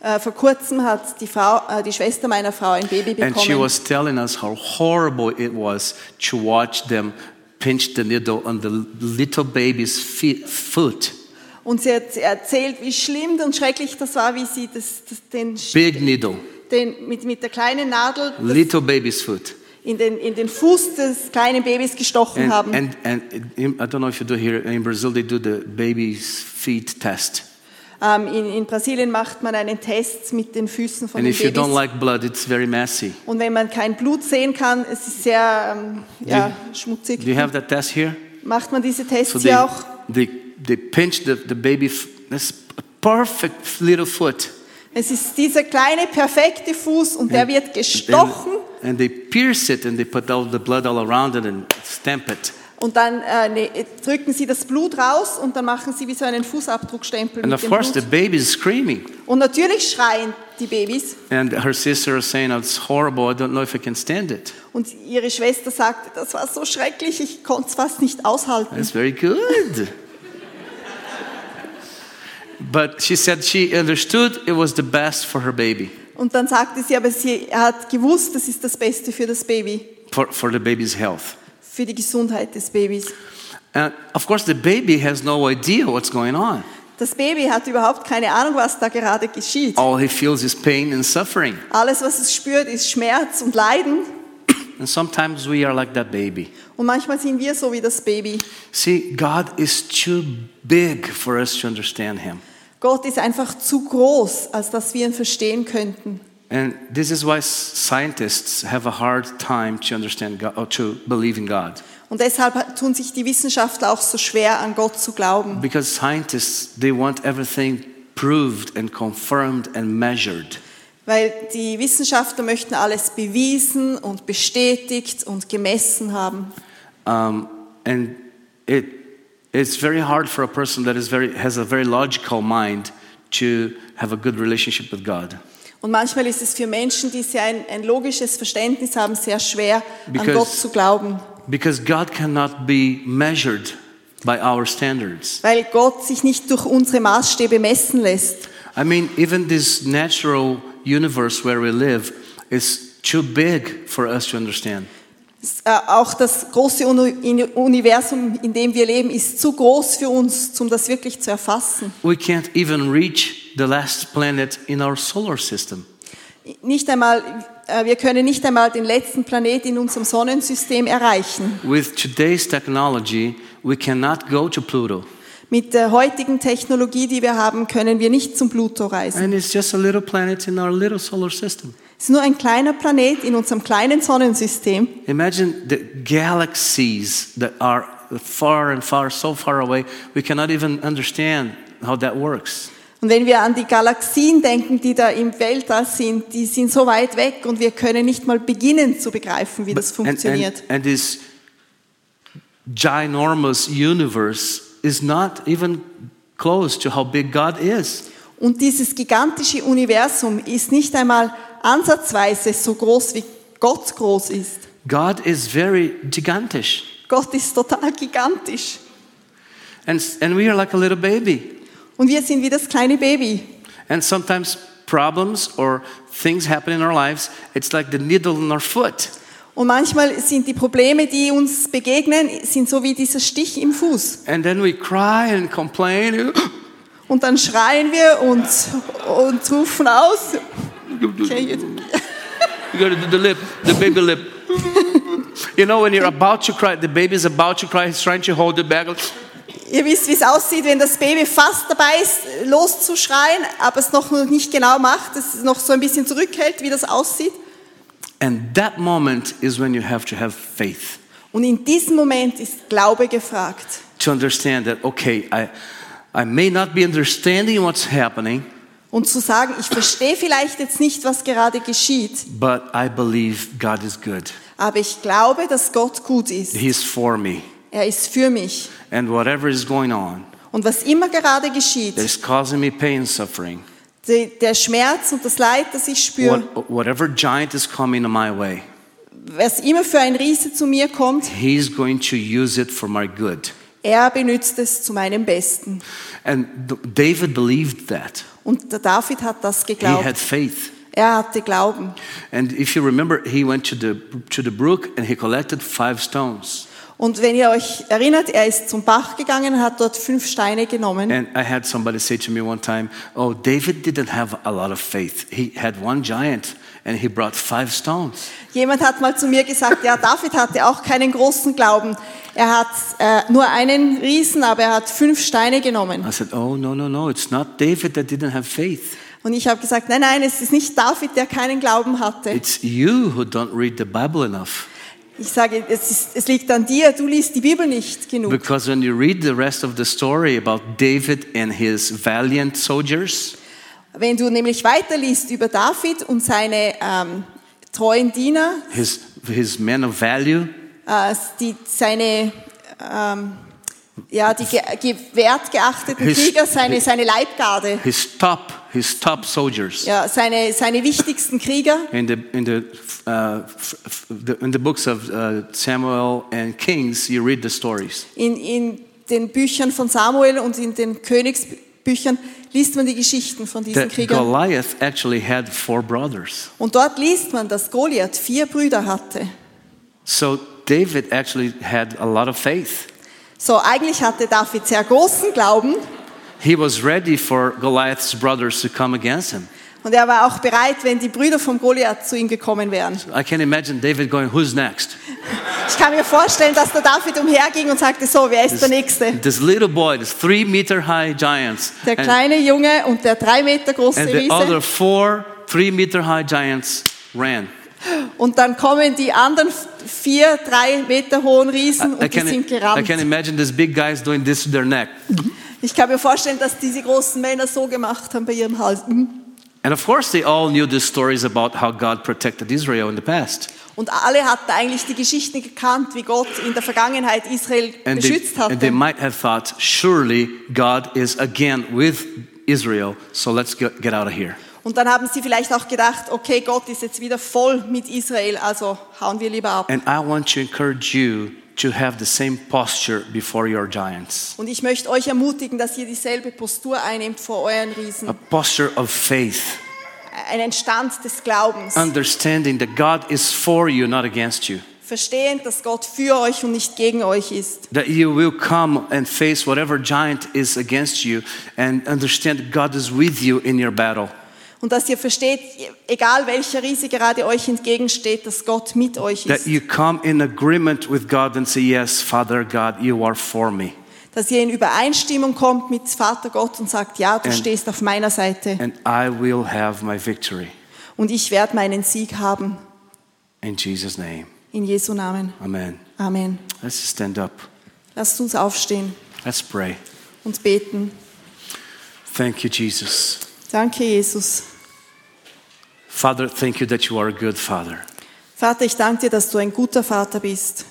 S2: Äh, vor kurzem hat die, Frau, äh, die Schwester meiner Frau ein Baby
S1: And she
S2: bekommen.
S1: was telling us how horrible it was to watch them pinch the needle on the little baby's feet, foot.
S2: Und sie hat erzählt, wie schlimm und schrecklich das war, wie sie das, das, den,
S1: Big needle,
S2: den, mit, mit der kleinen Nadel
S1: little baby's foot.
S2: in den, in den Fuß des kleinen Babys gestochen
S1: And,
S2: haben.
S1: and, and in, I don't know if you do here, in Brazil they do the baby's feet test.
S2: Ähm, in, in Brasilien macht man einen Test mit den Füßen von
S1: And
S2: den
S1: if you
S2: Babys.
S1: don't like blood, it's very messy.
S2: und wenn man kein Blut sehen kann, es ist sehr ähm, ja, schmutzig,
S1: Do you have that test here?
S2: macht man diese Tests
S1: So they,
S2: hier auch.
S1: they, they pinch the, the baby, f- that's a perfect little foot.
S2: Es ist dieser kleine, perfekte Fuß und der wird gestochen
S1: And, and they pierce it and they put all the blood all around it and stamp it.
S2: und dann äh, ne, drücken sie das Blut raus und dann machen sie wie so einen Fußabdruckstempel
S1: And
S2: mit
S1: of
S2: dem
S1: course, the
S2: Blut.
S1: baby is screaming.
S2: Und natürlich schreien die Babys
S1: And her sister is saying, "Oh, It's horrible. I don't know if I can stand it.
S2: und ihre Schwester sagt, das war so schrecklich, ich konnte es fast nicht aushalten.
S1: That's very good. but she said she understood it was the best for her baby,
S2: Und dann sagte sie, aber sie hat gewusst, das ist das Beste für das Baby,
S1: for, for the baby's health.
S2: für die Gesundheit des Babys.
S1: And of course, the baby has no idea what's going on.
S2: Das Baby hat überhaupt keine Ahnung, was da gerade geschieht.
S1: All he feels is pain and suffering.
S2: Alles, was es spürt, ist Schmerz und Leiden.
S1: And sometimes we are like that baby.
S2: Und manchmal sind wir so wie das Baby.
S1: See, God is too big for us to understand Him.
S2: Gott ist einfach zu groß, als dass wir ihn verstehen könnten.
S1: And this is why s- scientists have a hard time to understand God, or to believe in God.
S2: Und deshalb tun sich die Wissenschaftler auch so schwer, an Gott zu glauben.
S1: Because scientists, they want everything proved and confirmed and measured.
S2: Weil die Wissenschaftler möchten alles bewiesen und bestätigt und gemessen haben.
S1: Um, and it, it's very hard for a person that is very, has a very logical mind to have a good relationship with God.
S2: Und manchmal ist es für Menschen, die sehr ein, ein logisches Verständnis haben, sehr schwer,
S1: Because-
S2: an Gott zu glauben.
S1: Because God cannot be measured by our standards.
S2: Weil Gott sich nicht durch unsere Maßstäbe messen lässt.
S1: I mean, even this natural universe where we live is too big for us to understand.
S2: S- äh, Auch das große Uni- Uni- Universum, in dem wir leben, ist zu groß für uns, um das wirklich zu erfassen.
S1: We can't even reach the last planet in our solar system.
S2: nicht einmal, äh, wir können nicht einmal den letzten Planet in unserem Sonnensystem erreichen.
S1: With today's technology, we cannot go to Pluto.
S2: Mit der heutigen Technologie, die wir haben, können wir nicht zum Pluto reisen.
S1: And it's just a little planet in our little solar system.
S2: Es ist nur ein kleiner Planet in unserem kleinen Sonnensystem.
S1: Imagine the galaxies that are far and far, so far away, we cannot even understand how that works.
S2: Und wenn wir an die Galaxien denken, die da im Weltall sind, die sind so weit weg und wir können nicht mal beginnen zu begreifen, wie das
S1: and, and,
S2: funktioniert.
S1: and this ginormous universe is not even close to how big God is.
S2: Und dieses gigantische Universum ist nicht einmal ansatzweise so groß, wie Gott groß ist.
S1: God is very gigantisch.
S2: Gott ist total gigantisch.
S1: And, and we are like a little baby.
S2: Und wir sind wie das kleine Baby.
S1: And sometimes problems or things happen in our lives, it's like the needle in our foot.
S2: Und manchmal sind die Probleme, die uns begegnen, sind so wie dieser Stich im Fuß.
S1: And then we cry and complain. *gasps*
S2: Und dann schreien wir und, und rufen aus. Okay, jetzt.
S1: You gotta do the lip, the baby lip. *laughs* you know, when you're about to cry, the baby's about to cry, he's trying to hold it back.
S2: Ihr wisst, wie es aussieht, wenn das Baby fast dabei ist, loszuschreien, aber es noch nicht genau macht, es noch so ein bisschen zurückhält, wie das aussieht.
S1: And that moment is when you have to have faith
S2: Und in diesem Moment ist Glaube gefragt.
S1: to understand that, okay, I, I may not be understanding what's happening,
S2: Und zu sagen, ich verstehe vielleicht jetzt nicht, was gerade geschieht,
S1: but I believe God is good.
S2: aber ich glaube, dass Gott gut ist.
S1: He's for me.
S2: Er ist für mich.
S1: And whatever is going on
S2: Und was immer gerade
S1: that
S2: geschieht,
S1: is causing me pain and suffering,
S2: die- der Schmerz und das Leid, das ich spüre,
S1: what, whatever giant is coming my way,
S2: was immer für ein Riese zu mir kommt,
S1: He's going to use it for my good.
S2: er benützt es zu meinem Besten.
S1: And D- David believed that.
S2: Und der David hat das
S1: He
S2: geglaubt.
S1: had faith.
S2: Er hatte Glauben.
S1: And if you remember, he went to the, to the brook and he collected five stones.
S2: Und wenn ihr euch erinnert, er ist zum Bach gegangen und hat dort fünf Steine genommen.
S1: And I had somebody say to me one time, Oh, David didn't have a lot of faith. He had one giant and he brought five stones.
S2: Jemand hat mal zu mir gesagt, ja, David hatte auch keinen großen Glauben. Er hat äh, nur einen Riesen, aber er hat fünf Steine genommen.
S1: I said, Oh, no, no, no. It's not David that didn't have faith.
S2: Und ich habe gesagt, nein, nein, es ist nicht David, der keinen Glauben hatte.
S1: It's you who don't read the Bible enough.
S2: Ich sage, es, ist, es liegt an dir, du liest die Bibel nicht genug.
S1: Because when you read the rest of the story about David and his valiant soldiers,
S2: Wenn du nämlich weiterliest über David und seine ähm, treuen Diener,
S1: his, his men of value,
S2: äh, die, seine, ähm, ja, die ge ge wertgeachteten
S1: His-
S2: Krieger, seine, seine Leibgarde,
S1: his top, his top soldiers.
S2: ja, seine, seine wichtigsten Krieger,
S1: In the in the, uh, f- f- the in the books of uh, Samuel and Kings, you read the stories.
S2: in, in den Büchern von Samuel und in den Königsbüchern liest man die Geschichten von diesen
S1: That
S2: Kriegern.
S1: Goliath actually had four brothers.
S2: Und dort liest man, dass Goliath vier Brüder hatte.
S1: So David actually had a lot of faith.
S2: So, eigentlich hatte David sehr großen Glauben
S1: He was ready for Goliath's brothers to come against him.
S2: und er war auch bereit, wenn die Brüder vom Goliath zu ihm gekommen wären.
S1: I can imagine David going, "Who's next?"
S2: Ich kann mir vorstellen, dass der David umherging und sagte, so, wer ist der Nächste?
S1: This little boy, this three-meter-high giants,
S2: Der
S1: and,
S2: kleine Junge und der drei Meter große
S1: and the other
S2: Riese.
S1: four three-meter-high giants ran.
S2: Und dann kommen die anderen vier, drei Meter hohen Riesen
S1: I
S2: und die
S1: can,
S2: sind
S1: I can
S2: gerannt.
S1: imagine these big guys doing this to their neck.
S2: Ich kann mir vorstellen, dass diese großen Männer so gemacht haben bei ihrem Hals. Mhm.
S1: And of course, they all knew the stories about how God protected Israel in the past.
S2: Und alle hatten eigentlich die Geschichten gekannt, wie Gott in der Vergangenheit Israel
S1: And they,
S2: beschützt
S1: and they
S2: hatte.
S1: might have thought, surely God is again with Israel, so let's get, get out of here.
S2: Und dann haben sie vielleicht auch gedacht, okay, Gott ist jetzt wieder voll mit Israel, also hauen wir lieber ab.
S1: And I want to encourage you to have the same posture before your giants
S2: Und ich möchte euch ermutigen, dass ihr dieselbe Postur einnehmt vor euren
S1: a
S2: Riesen.
S1: posture of faith,
S2: Einen Stand des Glaubens.
S1: understanding that God is for you, not against you,
S2: Verstehend, dass Gott für euch und nicht gegen euch ist.
S1: that you will come and face whatever giant is against you, and understand God is with you in your battle.
S2: Und dass ihr versteht, egal welcher Riese gerade euch entgegensteht, dass Gott mit euch
S1: That
S2: ist.
S1: you come in agreement with God and say, Yes, Father God, you are for me.
S2: Dass ihr in Übereinstimmung kommt mit Vater Gott und sagt, ja, du
S1: And-
S2: stehst auf meiner Seite
S1: And I will have my victory.
S2: und ich werde meinen Sieg haben.
S1: In Jesus' name.
S2: In Jesu Namen.
S1: Amen.
S2: Amen.
S1: Let's just stand up.
S2: Lasst uns aufstehen
S1: Let's pray.
S2: und beten.
S1: Thank you, Jesus.
S2: Danke, Jesus.
S1: Father, thank you that you are a good Father.
S2: Vater, ich danke dir, dass du ein guter Vater bist.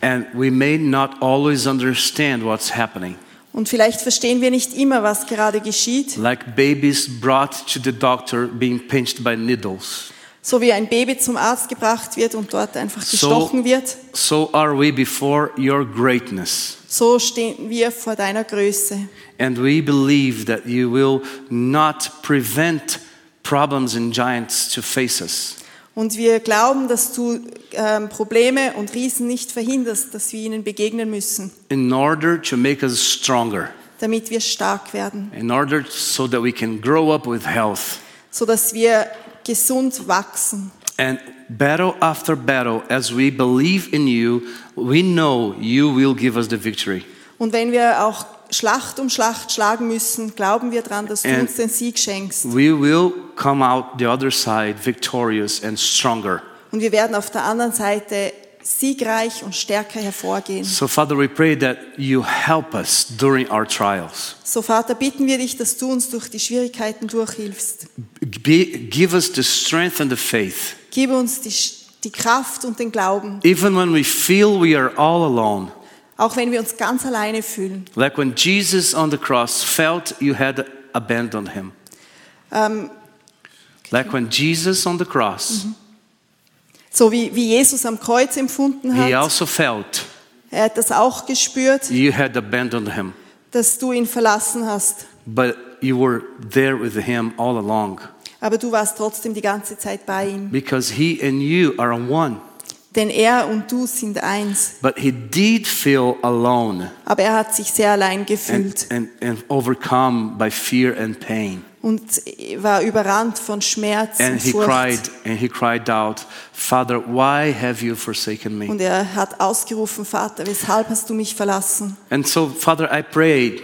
S1: And we may not always understand what's happening.
S2: Und vielleicht verstehen wir nicht immer, was gerade geschieht,
S1: Like babies brought to the doctor being pinched by needles.
S2: so wie ein Baby zum Arzt gebracht wird und dort einfach gestochen wird.
S1: so are we before your greatness.
S2: So stehen wir vor deiner Größe.
S1: And we believe that you will not prevent problems and giants to face us,
S2: Und wir glauben, dass du ähm, Probleme und Riesen nicht verhinderst, dass wir ihnen begegnen müssen,
S1: in order to make us stronger,
S2: damit wir stark werden,
S1: in order so that we can grow up with health.
S2: sodass wir gesund wachsen.
S1: And battle after battle, as we believe in you, we know you will give us the victory.
S2: Und wenn wir auch Schlacht um Schlacht schlagen müssen, glauben wir daran, dass du
S1: And-
S2: uns den Sieg schenkst.
S1: We will come out the other side victorious and stronger.
S2: Und wir werden auf der anderen Seite siegreich und stärker hervorgehen.
S1: So, Father, we pray that you help us during our trials.
S2: So, Vater, bitten wir dich, dass du uns durch die Schwierigkeiten durchhilfst.
S1: Be, give us the strength and the faith.
S2: Gib uns die, Sch- die Kraft und den Glauben,
S1: Even when we feel we are all alone,
S2: auch wenn wir uns ganz alleine fühlen.
S1: like when Jesus on the cross felt you had abandoned him.
S2: Ähm,
S1: Like when Jesus on the cross,
S2: so wie, wie Jesus am Kreuz empfunden
S1: he
S2: hat.
S1: also felt
S2: Er hat das auch gespürt,
S1: you had abandoned him,
S2: dass du ihn verlassen hast.
S1: but you were there with him all along
S2: Aber du warst trotzdem die ganze Zeit bei ihm.
S1: because he and you are one.
S2: Denn er und du sind eins.
S1: But he did feel alone
S2: Aber er hat sich sehr allein
S1: and,
S2: gefühlt
S1: and, and overcome by fear and pain.
S2: und war überrannt von Schmerz
S1: And
S2: und
S1: he
S2: Furcht.
S1: cried and he cried out, Father, why have you forsaken me?
S2: Und er hat ausgerufen, Vater, weshalb hast du mich verlassen?
S1: And so, Father, I pray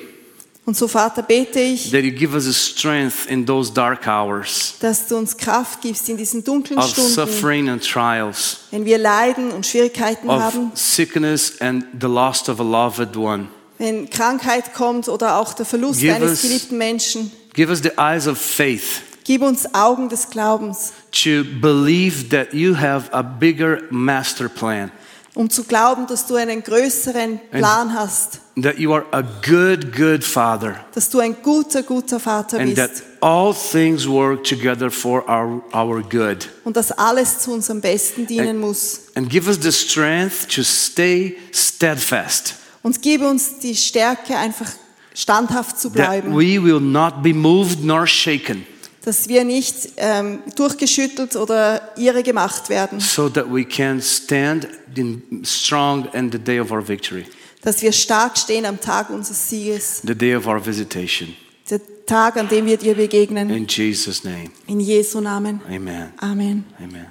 S2: Und so, Vater, bete ich,
S1: that you give us strength in those dark hours
S2: dass du uns Kraft gibst in diesen dunklen
S1: of
S2: Stunden,
S1: suffering and trials,
S2: wenn wir leiden und Schwierigkeiten haben,
S1: of sickness and the loss of a loved one.
S2: wenn Krankheit kommt oder auch der Verlust
S1: Give
S2: eines
S1: us-
S2: geliebten Menschen.
S1: Give us the eyes of faith
S2: Gib uns Augen des Glaubens,
S1: to believe that you have a bigger master plan,
S2: um zu glauben, dass du einen größeren Plan hast,
S1: that you are a good, good father,
S2: dass du ein guter, guter Vater
S1: and that
S2: bist
S1: all things work together for our, our good.
S2: und dass alles zu unserem Besten dienen muss.
S1: And give us the strength to stay steadfast,
S2: Und gib uns die Stärke, einfach standhaft zu
S1: that
S2: bleiben.
S1: we will not be moved nor shaken,
S2: dass wir nicht ähm, durchgeschüttelt oder irre gemacht werden,
S1: so that we can stand in strong in the day of our victory,
S2: dass wir stark stehen am Tag unseres Sieges,
S1: the day of our visitation.
S2: der Tag, an dem wir dir begegnen.
S1: In Jesus' name,
S2: In Jesu Namen.
S1: amen.
S2: Amen.
S1: Amen.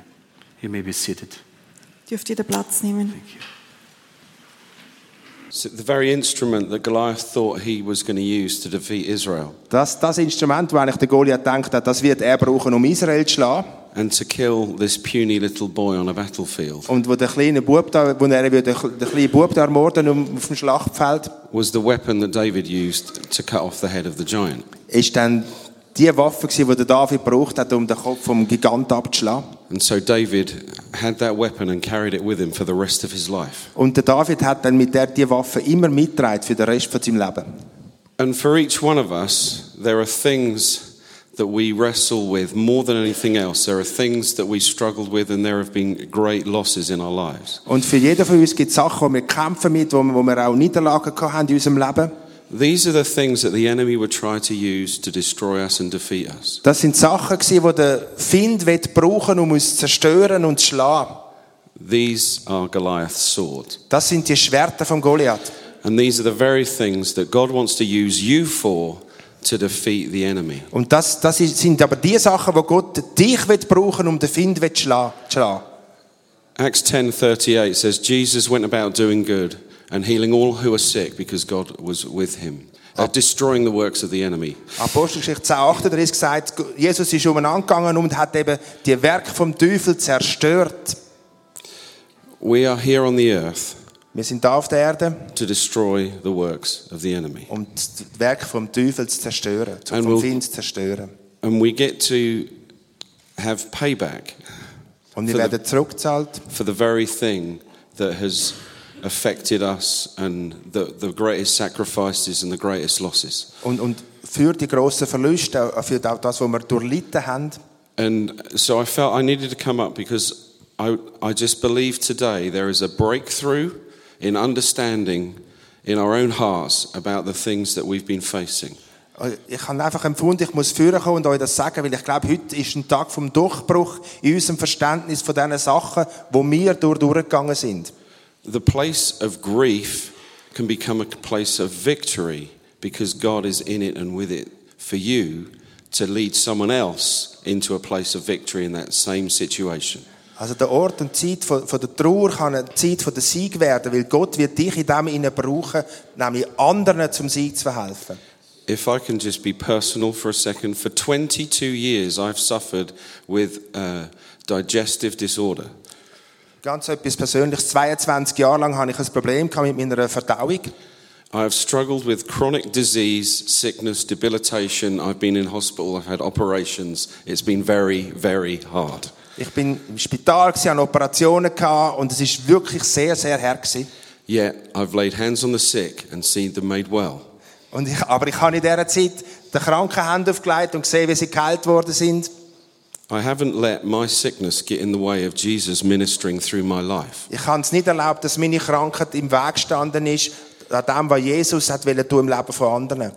S1: You may be seated.
S2: Dürft ihr da Platz nehmen?
S1: Thank you.
S3: So the very instrument that Goliath thought he was going to use to defeat Israel
S4: Das, das Instrument, das eigentlich der Goliath gedacht hat, das wird er brauchen, um Israel zu schlagen.
S3: and to kill this puny little boy on a battlefield
S4: Und wo der kleine Bub da, wo er würde den kleinen Bub da ermorden um- auf dem Schlachtfeld,
S3: was the weapon that David used to cut off the head of the giant.
S4: ist dann die Waffe gewesen, die der David gebraucht hat, um den Kopf vom Gigant abzuschlagen.
S3: And so David had that weapon and carried it with him for the rest of his life.
S4: Und der David hat dann mit der die Waffe immer mitgetragen für den Rest von seinem Leben.
S3: And for each one of us, there are things that we wrestle with more than anything else. There are things that we struggled with, and there have been great losses in our lives.
S4: Und für jeden von uns gibt es Sachen, die wir kämpfen mit, wo wir, wo wir auch Niederlagen gehabt haben in unserem Leben.
S3: These are the things that the enemy would try to use to destroy us and defeat us.
S4: Das sind Sachen gewesen, die der Find wird brauchen, um uns zu zerstören und zu schlagen.
S3: These are Goliath's sword.
S4: Das sind die Schwerter vom Goliath.
S3: And these are the very things that God wants to use you for to defeat the enemy.
S4: Und das, das ist- sind aber die Sachen, wo Gott dich will brauchen, um den Find will schla- zu schlagen.
S3: Acts 10:38 says Jesus went about doing good and healing all who are sick because God was with him. Uh, destroying the works of the enemy.
S4: Apostelgeschichte 10,38 gesagt, Jesus ist umeinander gegangen und hat eben die Werke vom Teufel zerstört.
S3: We are here on the earth
S4: Wir sind da auf der Erde,
S3: to destroy the works of the enemy.
S4: um die Werke vom Teufel zu zerstören, um
S3: Ein
S4: vom
S3: Wulf.
S4: Find zu zerstören.
S3: And we get to have payback
S4: Und wir
S3: Für
S4: werden zurückgezahlt
S3: for the very thing that has affected us and the, the greatest sacrifices and the greatest losses.
S4: und, und für die grossen Verluste, auch für das, was wir durchlitten haben.
S3: And so I felt I needed to come up because I, I just believe today there is a breakthrough in understanding in our own hearts about the things that we've been facing.
S4: Ich habe einfach empfunden, ich muss führen kommen und euch das sagen, weil ich glaube, heute ist ein Tag vom Durchbruch in unserem Verständnis von diesen Sachen, wo wir durch durchgegangen sind.
S3: The place of grief can become a place of victory because God is in it and with it for you to lead someone else into a place of victory in that same situation.
S4: Also der Ort und die Zeit von, von der Trauer kann eine Zeit von der Sieg werden, weil Gott wird dich in dem innen brauchen, nämlich anderen zum Sieg zu verhelfen.
S3: If I can just be personal for a second, for 22 years I've suffered with uh, digestive disorder.
S4: Ganz etwas Persönliches. 22 Jahre lang hatte ich ein Problem gehabt mit meiner Verdauung.
S3: I've struggled with chronic disease, sickness, debilitation. I've been in hospital, I've had operations. It's been very, very hard.
S4: Ich bin im Spital, gewesen, hatte Operationen gehabt und es ist wirklich sehr, sehr hart. Gewesen.
S3: Yet I've laid hands on the sick and seen them made well.
S4: Und ich, aber ich habe in dieser Zeit den Kranken Hände aufgelegt und gesehen, wie sie geheilt worden sind.
S3: I haven't let my sickness get in the way of Jesus ministering through my life.
S4: Ich habe es nicht erlaubt, dass meine Krankheit im Weg gestanden ist, an dem, was Jesus hat wollen tun im Leben von anderen.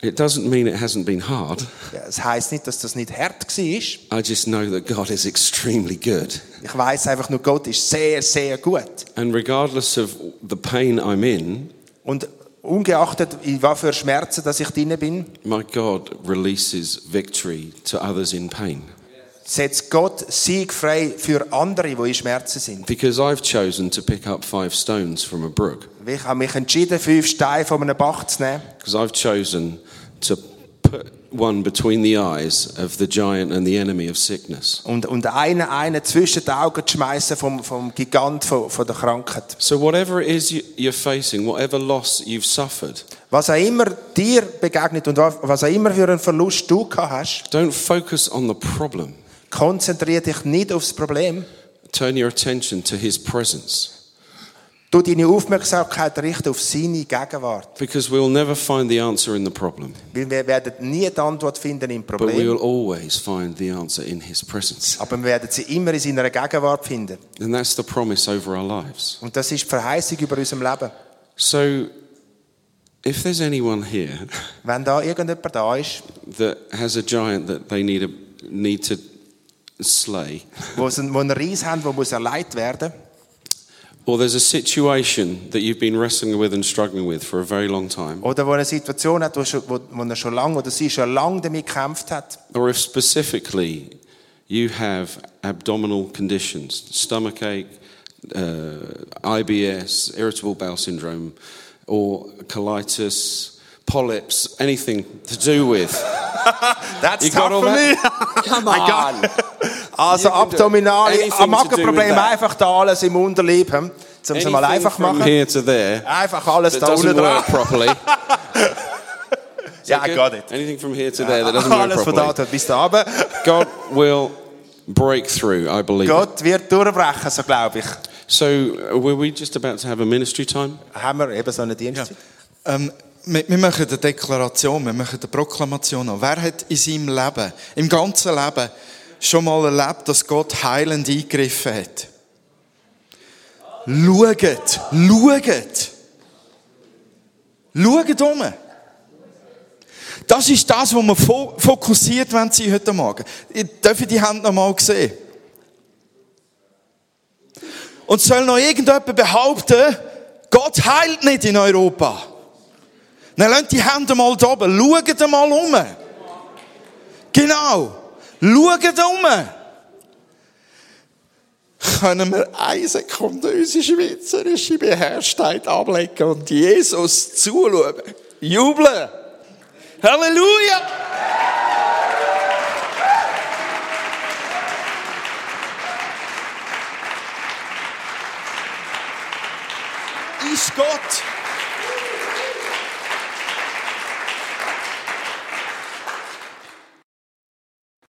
S3: It doesn't mean it hasn't been hard.
S4: Ja, Es heisst nicht, dass das nicht hart war. Ich
S3: I just know that God is extremely good.
S4: weiss einfach nur, Gott ist sehr, sehr gut.
S3: And regardless of the pain I'm in,
S4: Und ungeachtet, in was für Schmerzen dass ich drin bin,
S3: my God releases victory to others in pain.
S4: setzt Gott Sieg frei für andere, die in Schmerzen sind.
S3: Because I've chosen to pick up five stones from a brook.
S4: Ich habe mich entschieden, fünf Steine von einem Bach zu nehmen.
S3: Because I've chosen to put one between the eyes of the giant and the enemy of sickness.
S4: Und, und einen, einen zwischen die Augen zu schmeißen vom, vom Gigant von, von der Krankheit.
S3: So, whatever it is you- you're facing, whatever loss you've suffered,
S4: Was auch immer dir begegnet und wa- was auch immer für einen Verlust du gehabt hast,
S3: don't focus on the problem.
S4: konzentriere dich nicht aufs Problem.
S3: Turn your attention to his presence.
S4: Du deine Aufmerksamkeit richten auf seine Gegenwart.
S3: Because we'll never find the answer in the problem,
S4: Weil wir werden nie die Antwort finden im
S3: but we
S4: Problem.
S3: will always find the answer in his presence.
S4: Aber wir werden sie immer in seiner Gegenwart finden.
S3: And that's the promise over our lives.
S4: Und das ist die Verheißung über unserem Leben.
S3: So, if there's anyone here *laughs*
S4: Wenn da irgendjemand da ist,
S3: that has a giant that they need, a, need to slay,
S4: wo sie wo einen Reis haben, der muss erleidet werden
S3: or there's a situation that you've been wrestling with and struggling with for a very long time,
S4: oder wo eine Situation hat, wo, schon, wo, wo er schon lange oder sie schon lange damit gekämpft hat,
S3: or if specifically you have abdominal conditions, stomach ache, uh, IBS, irritable bowel syndrome, or colitis, polyps, anything to do with.
S4: That's
S3: You
S4: tough
S3: got all *laughs*
S4: for me.
S3: Come on.
S4: Also
S3: You can do
S4: abdominale,
S3: anything to do with
S4: Magenprobleme,
S3: that.
S4: einfach da alles im Unterleib, hm? um es mal einfach zu
S3: from
S4: machen.
S3: here to
S4: *laughs*
S3: there
S4: Einfach alles
S3: that
S4: da unten
S3: doesn't work
S4: dran. *laughs*
S3: properly.
S4: Ja, I got it.
S3: Anything from here to
S4: *laughs*
S3: there that doesn't work
S4: Alles von da
S3: properly.
S4: dort bis da oben.
S3: God will break through, I believe.
S4: Gott wird durchbrechen, so glaube ich.
S3: So, uh, were we just about to have a ministry time?
S4: Haben wir eben so einen Dienst.
S5: Ähm, wir, wir machen eine Deklaration, wir machen eine Proklamation an. Wer hat in seinem Leben, im ganzen Leben, schon mal erlebt, dass Gott heilend eingegriffen hat? Schaut, schaut. Schaut um. Das ist das, was wir fo fokussiert wollen sein heute Morgen. Ich darf die Hand noch mal sehen. Und soll noch irgendjemand behaupten, Gott heilt nicht in Europa? Dann lasst die Hände mal da oben. Schaut mal um. Genau. Schaut um. Können wir eine Sekunde unsere schweizerische Beherrschtheit ablegen und Jesus zuschauen? Jubeln! Halleluja! Ist Gott